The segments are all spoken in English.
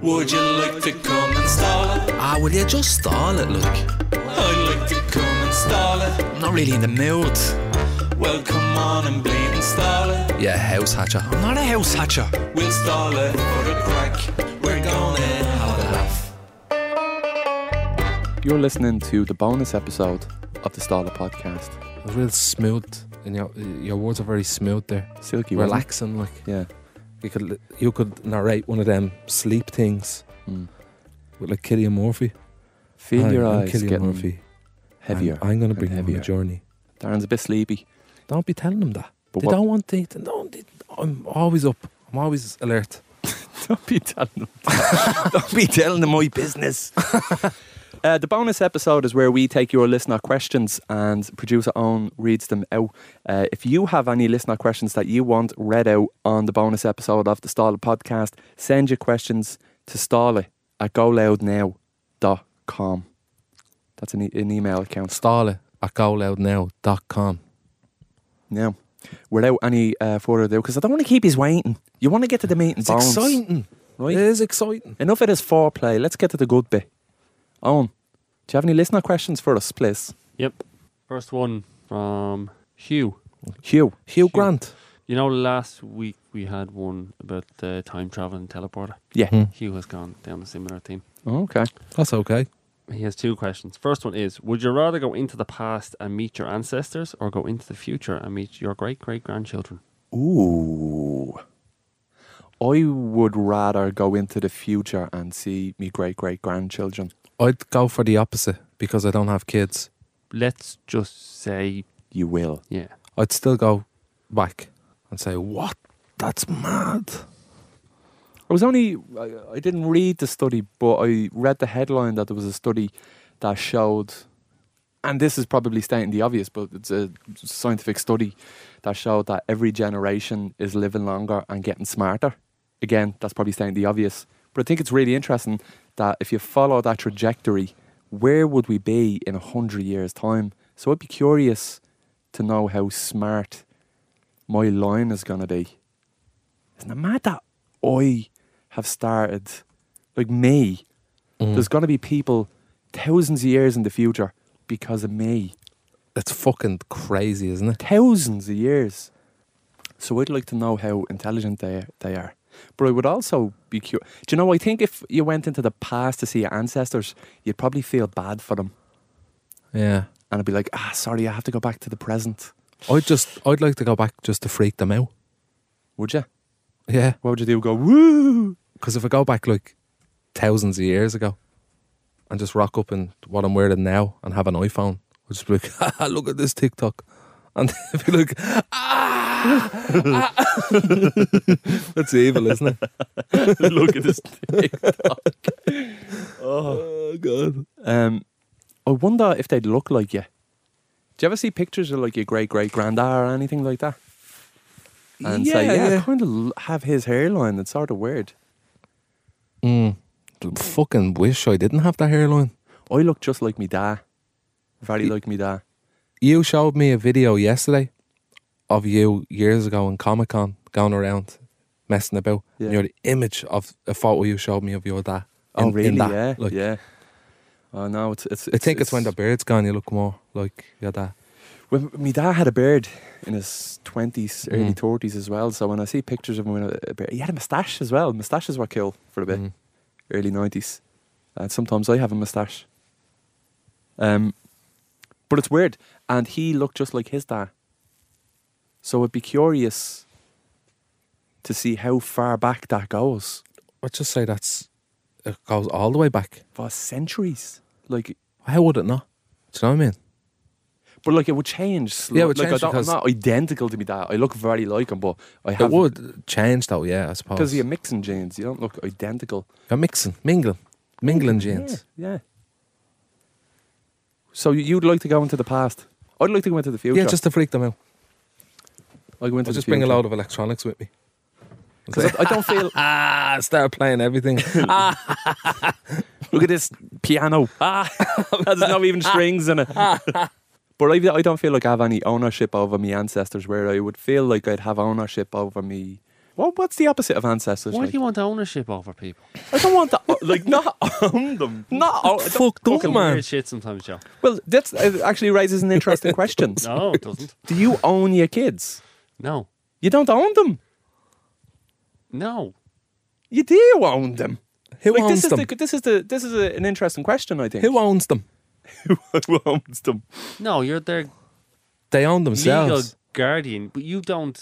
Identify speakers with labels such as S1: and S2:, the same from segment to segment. S1: Would you like to come and stall it?
S2: Ah, will you just stall it, look?
S1: I'd like to come and stall it.
S2: I'm not really in the mood.
S1: Well, come on and bleed and stall it.
S2: Yeah, house hatcher.
S3: I'm not a house hatcher.
S1: We'll stall it for the crack. We're gonna have a laugh.
S4: You're listening to the bonus episode of the Stala podcast.
S5: It was real smooth, and your your words are very smooth there.
S4: Silky, wasn't it?
S5: Relaxing, like
S4: Yeah.
S5: you could li- you could narrate one of them sleep things
S4: Mm.
S5: with like Killian Murphy.
S4: Feel
S5: Hi,
S4: your
S5: I'm
S4: eyes
S5: Cillian
S4: getting
S5: Murphy.
S4: heavier.
S5: I'm, I'm going to
S4: and
S5: bring you on
S4: heavier.
S5: a journey.
S4: Darren's a bit sleepy.
S5: Don't be telling them that.
S4: But
S5: they
S4: what?
S5: don't want to. They don't, they, I'm always up. I'm always alert.
S4: Don't be telling them. Don't be telling them my business. Uh, the bonus episode is where we take your listener questions and producer own reads them out. Uh, if you have any listener questions that you want read out on the bonus episode of the Stala podcast, send your questions to stala at goloudnow.com. That's an, e- an email account.
S5: Stall it at goloudnow.com.
S4: Now, without any uh, further ado, because I don't want to keep his waiting. You want to get to the meat and
S5: It's
S4: bones.
S5: exciting.
S4: Right.
S5: It is exciting.
S4: Enough of this foreplay. Let's get to the good bit. Owen, do you have any listener questions for us, please?
S6: Yep. First one from Hugh.
S4: Hugh.
S5: Hugh
S6: Shoot.
S5: Grant.
S6: You know, last week we had one about the time travel and teleporter.
S4: Yeah.
S5: Hmm.
S6: Hugh has gone down a similar theme.
S4: Oh, okay.
S5: That's okay.
S6: He has two questions. First one is Would you rather go into the past and meet your ancestors or go into the future and meet your great great grandchildren?
S4: Ooh. I would rather go into the future and see me great great grandchildren.
S5: I'd go for the opposite because I don't have kids.
S6: Let's just say,
S4: You will.
S6: yeah.
S5: I'd still go back and say, "What? That's mad."
S4: I was only, I, I didn't read the study, but I read the headline that there was a study that showed, and this is probably stating the obvious, but it's a scientific study that showed that every generation is living longer and getting smarter. Again, that's probably stating the obvious, but I think it's really interesting that if you follow that trajectory, where would we be in a hundred years' time? So I'd be curious to know how smart my line is going to be. Isn't it mad that I have started, like me, there's going to be people thousands of years in the future because of me.
S5: It's fucking crazy, isn't it?
S4: Thousands of years. So I'd like to know how intelligent they, they are. But I would also be curious. Do you know, I think if you went into the past to see your ancestors, you'd probably feel bad for them.
S5: Yeah.
S4: And I'd be like, ah, sorry, I have to go back to the present.
S5: I'd just, I'd like to go back just to freak them out.
S4: Would you?
S5: Yeah.
S4: What would you do? Go, woo!
S5: Because if I go back like thousands of years ago and just rock up in what I'm wearing now and have an iPhone, I'd just be like, "Haha, look at this TikTok. And they'd be like, ah! ah." That's evil, isn't it?
S4: Look at this
S5: Oh, God.
S4: Um, I wonder if they'd look like you. Do you ever see pictures of like your great great granddad or anything like that? And say,
S5: Yeah,
S4: yeah, I
S5: yeah.
S4: kind of have his hairline. It's sort of weird.
S5: Mm. Fucking wish I didn't have that hairline.
S4: I look just like me dad. Very like me dad.
S5: you showed me a video yesterday of you years ago in Comic Con going around messing about.
S4: Yeah.
S5: And you're the image of a photo you showed me of your dad.
S4: Oh,
S5: in- in
S4: really?
S5: that,
S4: yeah,
S5: like-
S4: yeah. Oh no, it's it's.
S5: I think it's, when the beard's gone, you look more like your dad.
S4: When my dad had a beard in his twenties, early
S5: Mm.
S4: thirties as well. So when I see pictures of him with a a beard, he had a moustache as well. Moustaches were cool for a bit.
S5: Mm.
S4: early nineties, and sometimes I have a moustache. Um, but it's weird, and he looked just like his dad. So I'd be curious to see how far back that goes
S5: Let's just say that's it goes all the way back.
S4: for centuries. Like,
S5: How would it not? Do you know what I mean?
S4: but like it would change. Sl-
S5: Yeah, it would
S4: like,
S5: change
S4: I don't, I'm
S5: because-
S4: not identical to me dad. I look very like him, but I have
S5: It would change though, yeah, I suppose.
S4: because you're mixing genes. You don't look identical.
S5: You're mixing, mingling, mingling genes.
S4: Yeah. yeah. So you'd like to go into the past? I'd like to go into the future.
S5: Yeah, just to freak them out.
S4: I go into
S5: I'll
S4: the
S5: just bring a
S4: future.
S5: load of electronics with me.
S4: Because I, I don't feel.
S5: Ah, start playing everything.
S4: Look at this piano. Ah, there's not even strings in it. but I, I don't feel like I have any ownership over my ancestors. Where I would feel like I'd have ownership over me. What, what's the opposite of ancestors?
S6: Why
S4: like?
S6: do you want ownership over people?
S4: I don't want to like not own them. Not own,
S5: Fuck, don't,
S6: Fucking
S5: man.
S6: weird shit sometimes, Joe.
S4: well, that's it actually raises an interesting question.
S6: No, it doesn't.
S4: Do you own your kids?
S6: No,
S4: You don't own them.
S6: no.
S4: You do own them.
S5: Who
S4: Like,
S5: owns
S4: this is
S5: them?
S4: the, this is the this is a, an interesting question. I think
S5: Who owns them?
S4: Who owns them?
S6: No, you're their
S5: They own
S6: legal
S5: themselves.
S6: guardian, but you don't.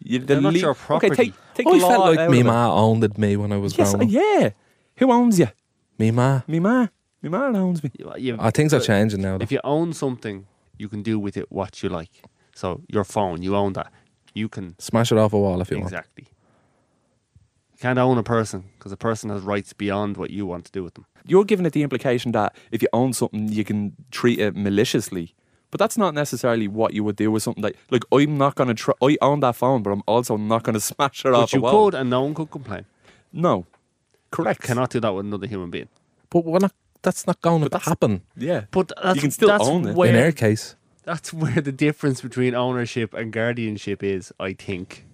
S4: You, the
S6: They're not your
S4: Okay,
S6: property.
S4: take take
S5: I
S4: law
S5: Oh, felt
S4: out
S5: like
S4: of
S5: me
S4: it.
S5: ma owned me when I was
S4: Yes,
S5: growing up.
S4: yeah. Who owns you?
S5: Me ma.
S4: Me ma. Me ma owns me.
S6: You, you-
S5: Oh, things are changing now. Though.
S6: If you own something, you can do with it what you like. So your phone, you own that. You can
S5: Smash it off a wall if you want.
S6: exactly. You can't own a person because a person has rights beyond what you want to do with them.
S4: You're giving it the implication that if you own something, you can treat it maliciously. But that's not necessarily what you would do with something like like I'm not gonna try. I own that phone, but I'm also not gonna smash it
S6: But
S4: off. a
S6: you
S4: wall.
S6: could, and no one could complain.
S4: No, correct.
S6: Cannot do that with another human being.
S5: But we're not. That's not going to
S4: that's- Oh,
S5: happen.
S4: Yeah,
S6: But that's,
S4: can still
S6: that's
S4: own it. In
S5: In
S6: Where,
S5: our case,
S6: that's where the difference between ownership and guardianship is, I think.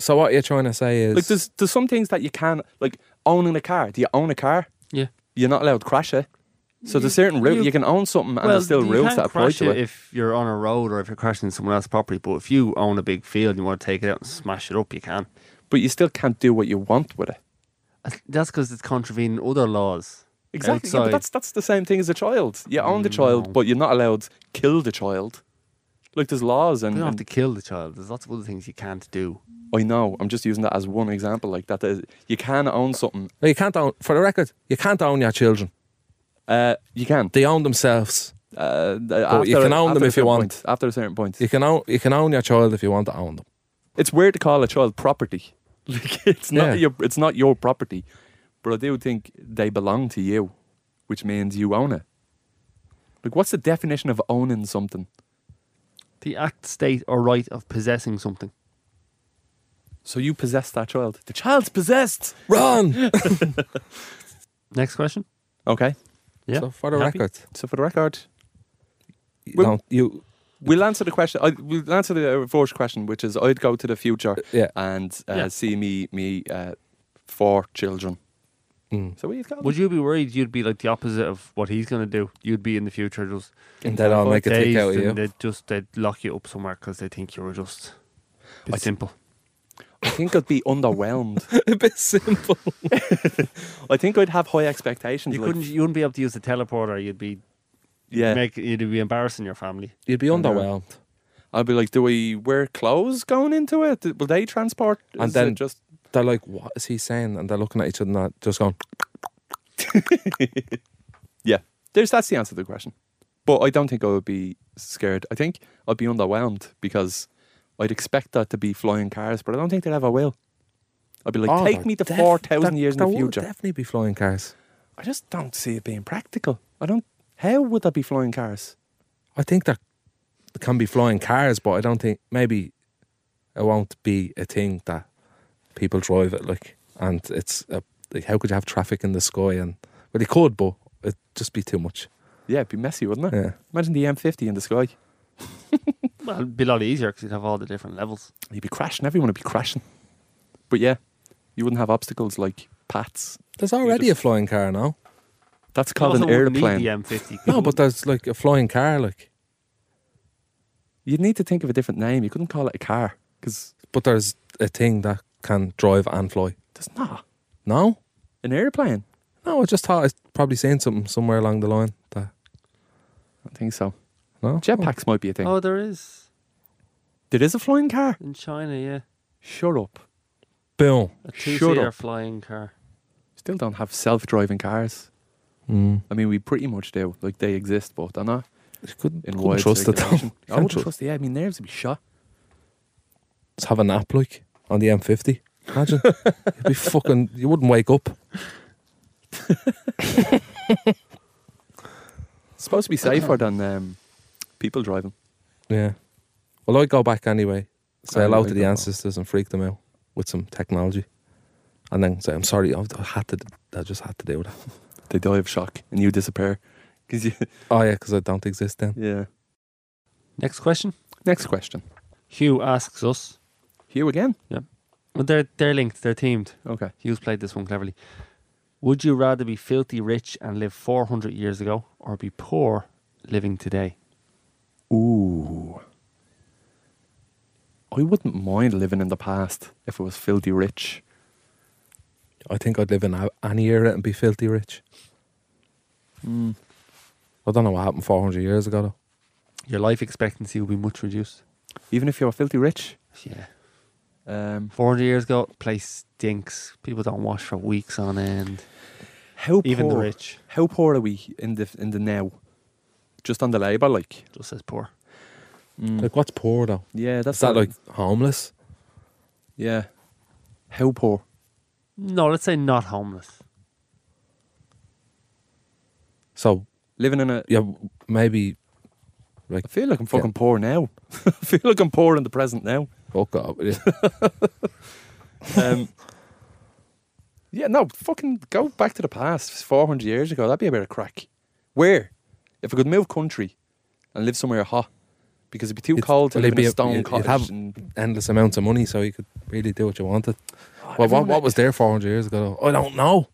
S5: so what you're trying to say is
S4: like there's there's some things that you can like owning a car. Do you own a car?
S6: Yeah.
S4: You're not allowed to crash it. So there's certain rules
S6: you-
S4: you, can own something, and there's still
S6: you
S4: rules
S6: can
S4: that apply
S6: crash
S4: to it.
S6: if you're on a road or if you're crashing into someone else's property. But if you own a big field and you want to take it out and smash it up, you can.
S4: but you still can't do what you want with it.
S6: That's because it's contravening other laws.
S4: Exactly. Yeah, but
S6: outside.
S4: that's that's the same thing as a child. You own the child,
S5: Mm.
S6: No.
S4: but you're not allowed to kill the child. Like there's laws
S6: You
S4: and,
S6: don't have
S4: and-
S6: to kill the child. There's lots of other things you can't do.
S4: I know. I'm just using that as one example. Like that, is- you can own something.
S5: No, oh, you can't own. For the record, you can't own your children.
S4: Uh, you can.
S5: They own themselves.
S4: Uh,
S5: you can own them if you want.
S4: Point, after a certain point,
S5: You can own. You can own your child if you want to own them.
S4: it's weird to call a child property. Like it's
S5: Yeah.
S4: not your it's not your property, but I do think they belong to you, which means you own it. Like, what's the definition of owning something?
S6: The act, state, or right of possessing something.
S4: So you possess that child. The child's possessed.
S5: Run.
S6: Next question.
S4: Okay.
S6: Yeah.
S5: So for the
S6: Happy?
S5: record,
S4: So for the record,
S5: you
S4: Well-
S5: don't you?
S4: We'll answer the question. I, we'll answer the uh, first question, which is I'd go to the future
S5: yeah.
S4: and uh,
S6: Yeah.
S4: see me me uh, four children.
S5: Mm.
S4: So we'd go.
S6: Would you be worried you'd be like the opposite of what he's going to do? You'd be in the future just
S5: And then I'll make a tick
S6: dazed
S5: out of
S6: and
S5: you.
S6: They'd just they'd lock you up somewhere because they think you were just a bit
S4: I-
S6: simple.
S4: I think I'd be underwhelmed.
S5: a bit simple.
S4: I think I'd have high expectations.
S6: You
S4: like-
S6: couldn't. You wouldn't be able to use the teleporter. You'd be
S4: yeah.
S6: make. You'd be embarrassing your family.
S5: You'd be
S4: know.
S5: underwhelmed.
S4: I'd be like, do we wear clothes going into it? Will they transport?
S5: And
S4: Is it
S5: then-
S4: just
S5: They're like, "What is he saying?" And they're looking at each other, and they're just going,
S4: yeah. There's that's the answer to the question. But I don't think I would be scared. I think I'd be underwhelmed because I'd expect that to be flying cars, but I don't think they ever will. I'd be like,
S5: "Oh,
S4: take
S5: they're
S4: me to
S5: def-
S4: four thousand
S5: they're-
S4: years in the
S5: they will
S4: future.
S5: Definitely be flying cars.
S4: I just don't see it being practical. I don't. How would that be flying cars?
S5: I think there can be flying cars, but I don't think maybe it won't be a thing that people drive it like. And it's a, like, how could you have traffic in the sky? And well, they could, but it'd just be too much.
S4: Yeah, it'd be messy, wouldn't it?
S5: Yeah,
S4: Imagine the M50 in the sky.
S6: Well, it'd be a lot easier because you'd have all the different levels.
S4: You'd be crashing. Everyone would be crashing. But yeah, you wouldn't have obstacles like paths.
S5: there's already
S4: just-
S5: a flying car now.
S4: That's called an
S6: You also wouldn't need
S4: airplane.
S6: the M50.
S5: No, but there's like a flying car, like.
S4: You'd need to think of a different name. You couldn't call it a car because
S5: But there's a thing that can drive and fly.
S4: there's not
S5: No,
S4: an airplane.
S5: no. I just thought I'd probably seen something somewhere along the line. That
S4: I don't think so.
S5: no
S4: Jetpacks might be a thing.
S6: oh, there is
S4: There is a flying car.
S6: in China. Yeah,
S4: Shut up.
S5: Boom.
S6: a
S4: Shut
S6: two-seater
S4: up.
S6: flying car.
S4: Still don't have self-driving cars.
S5: Mm.
S4: I mean, we pretty much do. Like they exist, but they're not
S5: You couldn't,
S4: in
S5: couldn't
S4: wide
S5: trust it. though.
S4: circulation. I
S5: Can't
S4: wouldn't
S5: trust-
S4: trust the air. My nerves would be shot.
S5: Just have a nap like on the M50. Imagine you'd be fucking. You wouldn't wake up.
S4: It's supposed to be safer than um, people driving.
S5: Yeah. Well, I'd go back anyway. Say
S4: I
S5: hello
S4: like
S5: to
S4: that
S5: the
S4: one.
S5: ancestors and freak them out with some technology, and then say, "I'm sorry, I've- I had to. d- I just had to do that."
S4: They die of shock and you disappear. 'Cause you,
S5: Oh yeah, because I don't exist then.
S4: yeah.
S6: Next question.
S4: Next question.
S6: Hugh asks us.
S4: Hugh again.
S6: Well, they're they're linked. They're teamed.
S4: Okay.
S6: Hughes played this one cleverly. Would you rather be filthy rich and live 400 years ago, or be poor living today?
S4: Ooh. I wouldn't mind living in the past if it was filthy rich.
S5: I think I'd live in a- any era and be filthy rich. Hmm. I don't know what happened 400 years ago, though.
S6: Your life expectancy will be much reduced.
S4: Even if you're filthy rich.
S6: Yeah,
S4: Um,
S6: 400 years ago, place stinks. People don't wash for weeks on end.
S4: how
S6: Even
S4: poor,
S6: the rich
S4: How poor are we in the in the now? Just on the labour, like.
S6: just says poor.
S5: Mm. Like, what's poor, though?
S4: Yeah, that's
S5: Is that
S4: what-
S5: like homeless?
S4: Yeah. How poor?
S6: No, let's say not homeless.
S5: So,
S4: Living in a.
S5: yeah, w- maybe, like,
S4: I feel like I'm fucking poor now. I feel like I'm poor in the present now.
S5: fuck up.
S4: Um, yeah, no, fucking go back to the past 400 years ago. That'd be a bit of crack. Where? If I could move country and live somewhere hot, because it'd be too
S5: It's-
S4: cold to
S5: well, it'd
S4: live in
S5: be
S4: a
S5: a-
S4: stone
S5: you'd- you'd
S4: cottage.
S5: have-
S4: and,
S5: Endless amounts of money, so you could really do what you wanted. well, what,
S4: everyone-
S5: what was there 400 years ago, though? I don't know.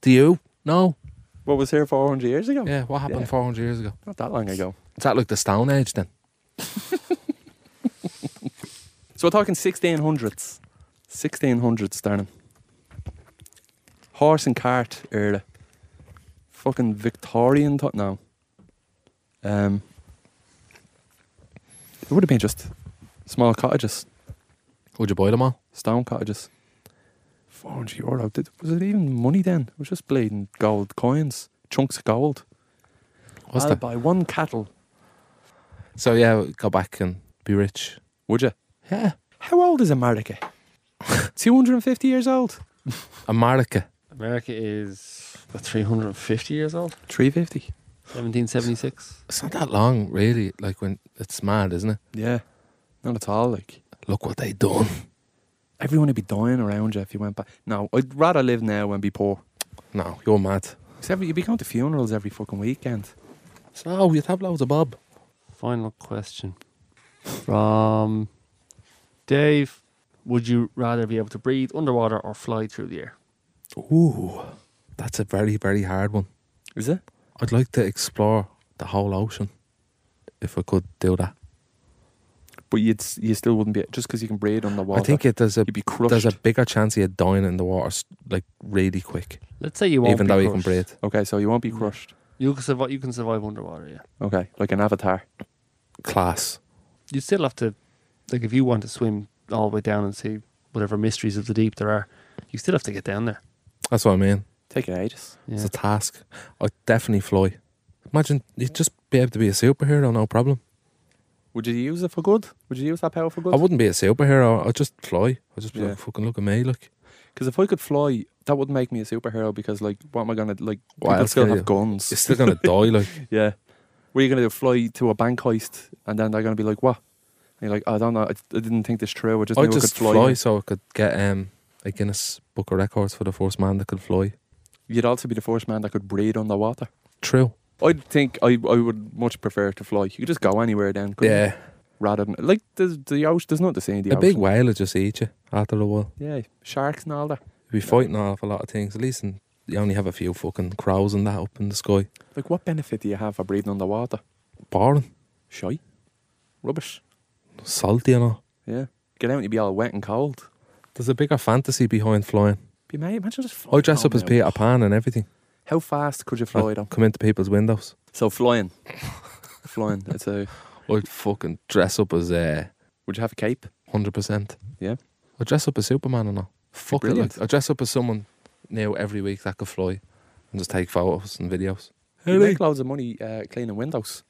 S5: Do you? No.
S4: what was here 400 years ago?
S5: Yeah, what happened
S4: Yeah.
S5: 400 years ago?
S4: Not that long ago.
S5: Is that like the Stone Age then?
S4: So we're talking 1600s. 1600s, darling. Horse and cart era. Fucking Victorian time. No. Um, it would have been just small cottages.
S5: Would you buy them all?
S4: Stone cottages. 400 euro. Did, was it even money then? It was just bleeding gold coins, chunks of gold.
S5: What's
S4: I'll
S5: that?
S4: buy one cattle.
S5: So yeah, go back and be rich.
S4: Would you?
S5: Yeah,
S4: How old is America? 250 years old?
S5: America.
S6: America is what, 350 years old,
S4: 350.
S6: 1776.
S5: It's not that long, really. Like when it's mad, isn't it?
S4: Yeah. Not at all. Like,
S5: Look what they done.
S4: everyone would be dying around you if you went back. No, I'd rather live now and be poor.
S5: No, you're mad.
S4: Except you'd be going to funerals every fucking weekend.
S5: So you'd have loads of bob.
S6: Final question from Dave. Would you rather be able to breathe underwater or fly through the air?
S5: Ooh, that's a very very hard one.
S4: Is it?
S5: I'd like to explore the whole ocean if I could do that.
S4: But you'd s- you still wouldn't be just because you can breathe on the water.
S5: I think it, there's a
S4: you'd be
S5: there's
S4: crushed.
S5: a bigger chance of you dying in the water s- like really quick,
S6: Let's say you won't
S5: even
S6: be
S5: though you
S6: crushed.
S5: can breathe.
S4: okay, so you won't be crushed.
S6: You can survive. You can survive underwater. Yeah,
S4: Okay, like an avatar.
S5: Class.
S6: you still have to, like, if you want to swim all the way down and see whatever mysteries of the deep there are, you still have to get down there.
S5: That's what I mean.
S4: Take it ages.
S6: Yeah.
S5: It's a task. I'd definitely fly. Imagine you'd just be able to be a superhero, no problem.
S4: Would you use it for good? Would you use that power
S5: I
S4: for good?
S5: wouldn't be a superhero. I'd just fly. I'd just be
S4: Yeah.
S5: like, fucking look at me, look.
S4: Because if I could fly, that would make me a superhero. Because like, what am I gonna like?
S5: What
S4: people
S5: else
S4: still
S5: can
S4: have
S5: you
S4: guns.
S5: You're still gonna die, like.
S4: Yeah. What are you going to do? Fly to a bank heist and then they're going to be like, what? And you're like, I don't know. I, I didn't think this true. I just
S5: I
S4: knew I
S5: just
S4: could fly.
S5: fly, so I could get um a Guinness Book of Records for the first man that could fly.
S4: You'd also be the first man that could breathe underwater.
S5: True.
S4: I think I, I would much prefer to fly. You could just go anywhere then. couldn't you?
S5: Yeah.
S4: Rather than, like, there's, the ocean, there's nothing to see in the
S5: A big
S4: ocean.
S5: whale would just eat you after a while.
S4: Yeah, sharks and all that.
S5: You'd be fighting off a lot of things. At least in, you only have a few fucking crows and that up in the sky.
S4: Like, what benefit do you have for breathing underwater?
S5: Boring.
S4: Shy. Rubbish.
S5: Salty and all.
S4: Yeah. Get out and you'd be all wet and cold.
S5: There's a bigger fantasy behind flying.
S4: Be mate, imagine just
S5: I
S4: flying
S5: dress up
S4: home
S5: as
S4: now.
S5: Peter Pan and everything.
S4: How fast could you fly
S5: I'd
S4: though?
S5: come into people's windows.
S4: So flying. flying. It's a,
S5: I'd fucking dress up as uh,
S4: would you have a cape?
S5: Hundred percent.
S4: Yeah.
S5: I dress up as Superman and all. Fuck it,
S4: brilliant.
S5: like I dress up as someone new every week that could fly, and just take photos and videos.
S4: You make loads of money uh, cleaning windows.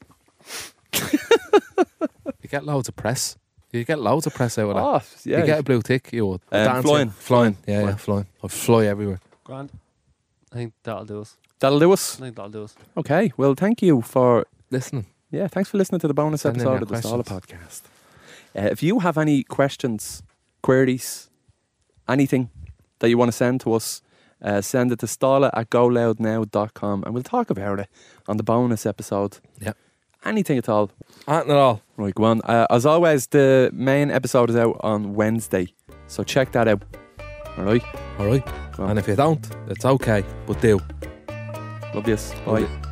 S5: You get loads of press. You get loads of press out of that.
S4: Oh, yeah.
S5: You get a blue tick. You would
S4: Um,
S5: Dancing.
S4: flying.
S5: flying, yeah,
S4: Flying.
S5: yeah, flying. I fly everywhere.
S6: Grant, I think that'll do us.
S4: That'll do
S6: I
S4: us.
S6: think that'll do us.
S4: Okay. Well, thank you for
S5: Listen,
S4: yeah. Thanks for listening to the bonus
S5: Send in
S4: episode
S5: your
S4: of the Solar Podcast. Uh, if you have any questions, queries, anything that you want to send to us, uh, send it to stala at goloudnow.com and we'll talk about it on the bonus episode.
S5: Yep.
S4: Anything at all.
S5: aren't at all.
S4: Right, go on. Uh, as always, the main episode is out on Wednesday. So check that out. All right.
S5: All right.
S4: Well.
S5: And if you don't, it's okay, but do.
S4: Love this. Bye.
S5: Love it.